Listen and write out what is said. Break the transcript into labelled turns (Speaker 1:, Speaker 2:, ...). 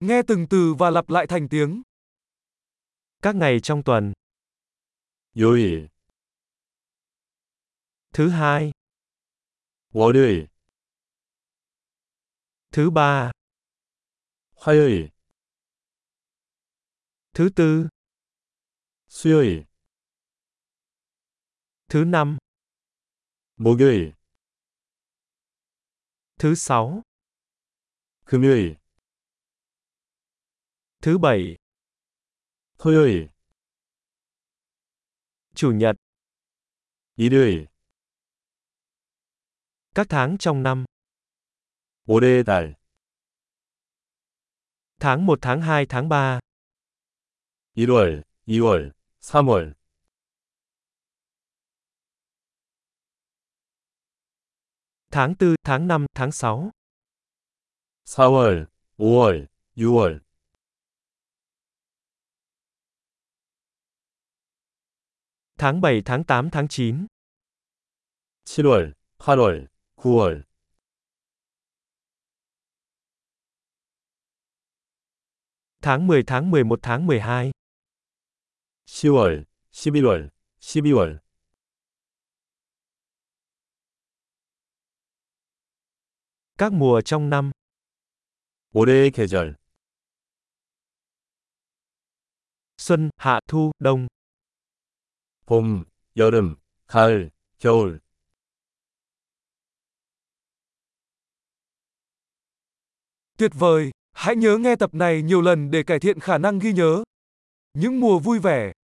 Speaker 1: Nghe từng từ và lặp lại thành tiếng.
Speaker 2: Các ngày trong tuần,
Speaker 3: 요일,
Speaker 2: thứ hai,
Speaker 3: 월요일,
Speaker 2: thứ ba,
Speaker 3: 화요일,
Speaker 2: thứ tư,
Speaker 3: 수요일,
Speaker 2: thứ năm,
Speaker 3: 목요일,
Speaker 2: thứ sáu,
Speaker 3: 금요일,
Speaker 2: thứ bảy,
Speaker 3: 토요일,
Speaker 2: chủ nhật,
Speaker 3: 일요일,
Speaker 2: các tháng trong năm,
Speaker 3: 올해의 달,
Speaker 2: tháng 1, tháng 2, tháng 3,
Speaker 3: 1월, 2월, 3월,
Speaker 2: tháng 4, tháng 5, tháng 6,
Speaker 3: 4월, 5월, 6월,
Speaker 2: tháng 7, tháng 8, tháng 9,
Speaker 3: 7월, 8월, 9월,
Speaker 2: tháng 10, tháng 11, tháng 12,
Speaker 3: 10월, 11월, 12월,
Speaker 2: các mùa trong năm,
Speaker 3: 올해의 계절,
Speaker 2: xuân, hạ, thu, đông,
Speaker 3: 봄, 여름, 가을, 겨울,
Speaker 1: Tuyệt vời! Hãy nhớ nghe tập này nhiều lần để cải thiện khả năng ghi nhớ. Những mùa vui vẻ.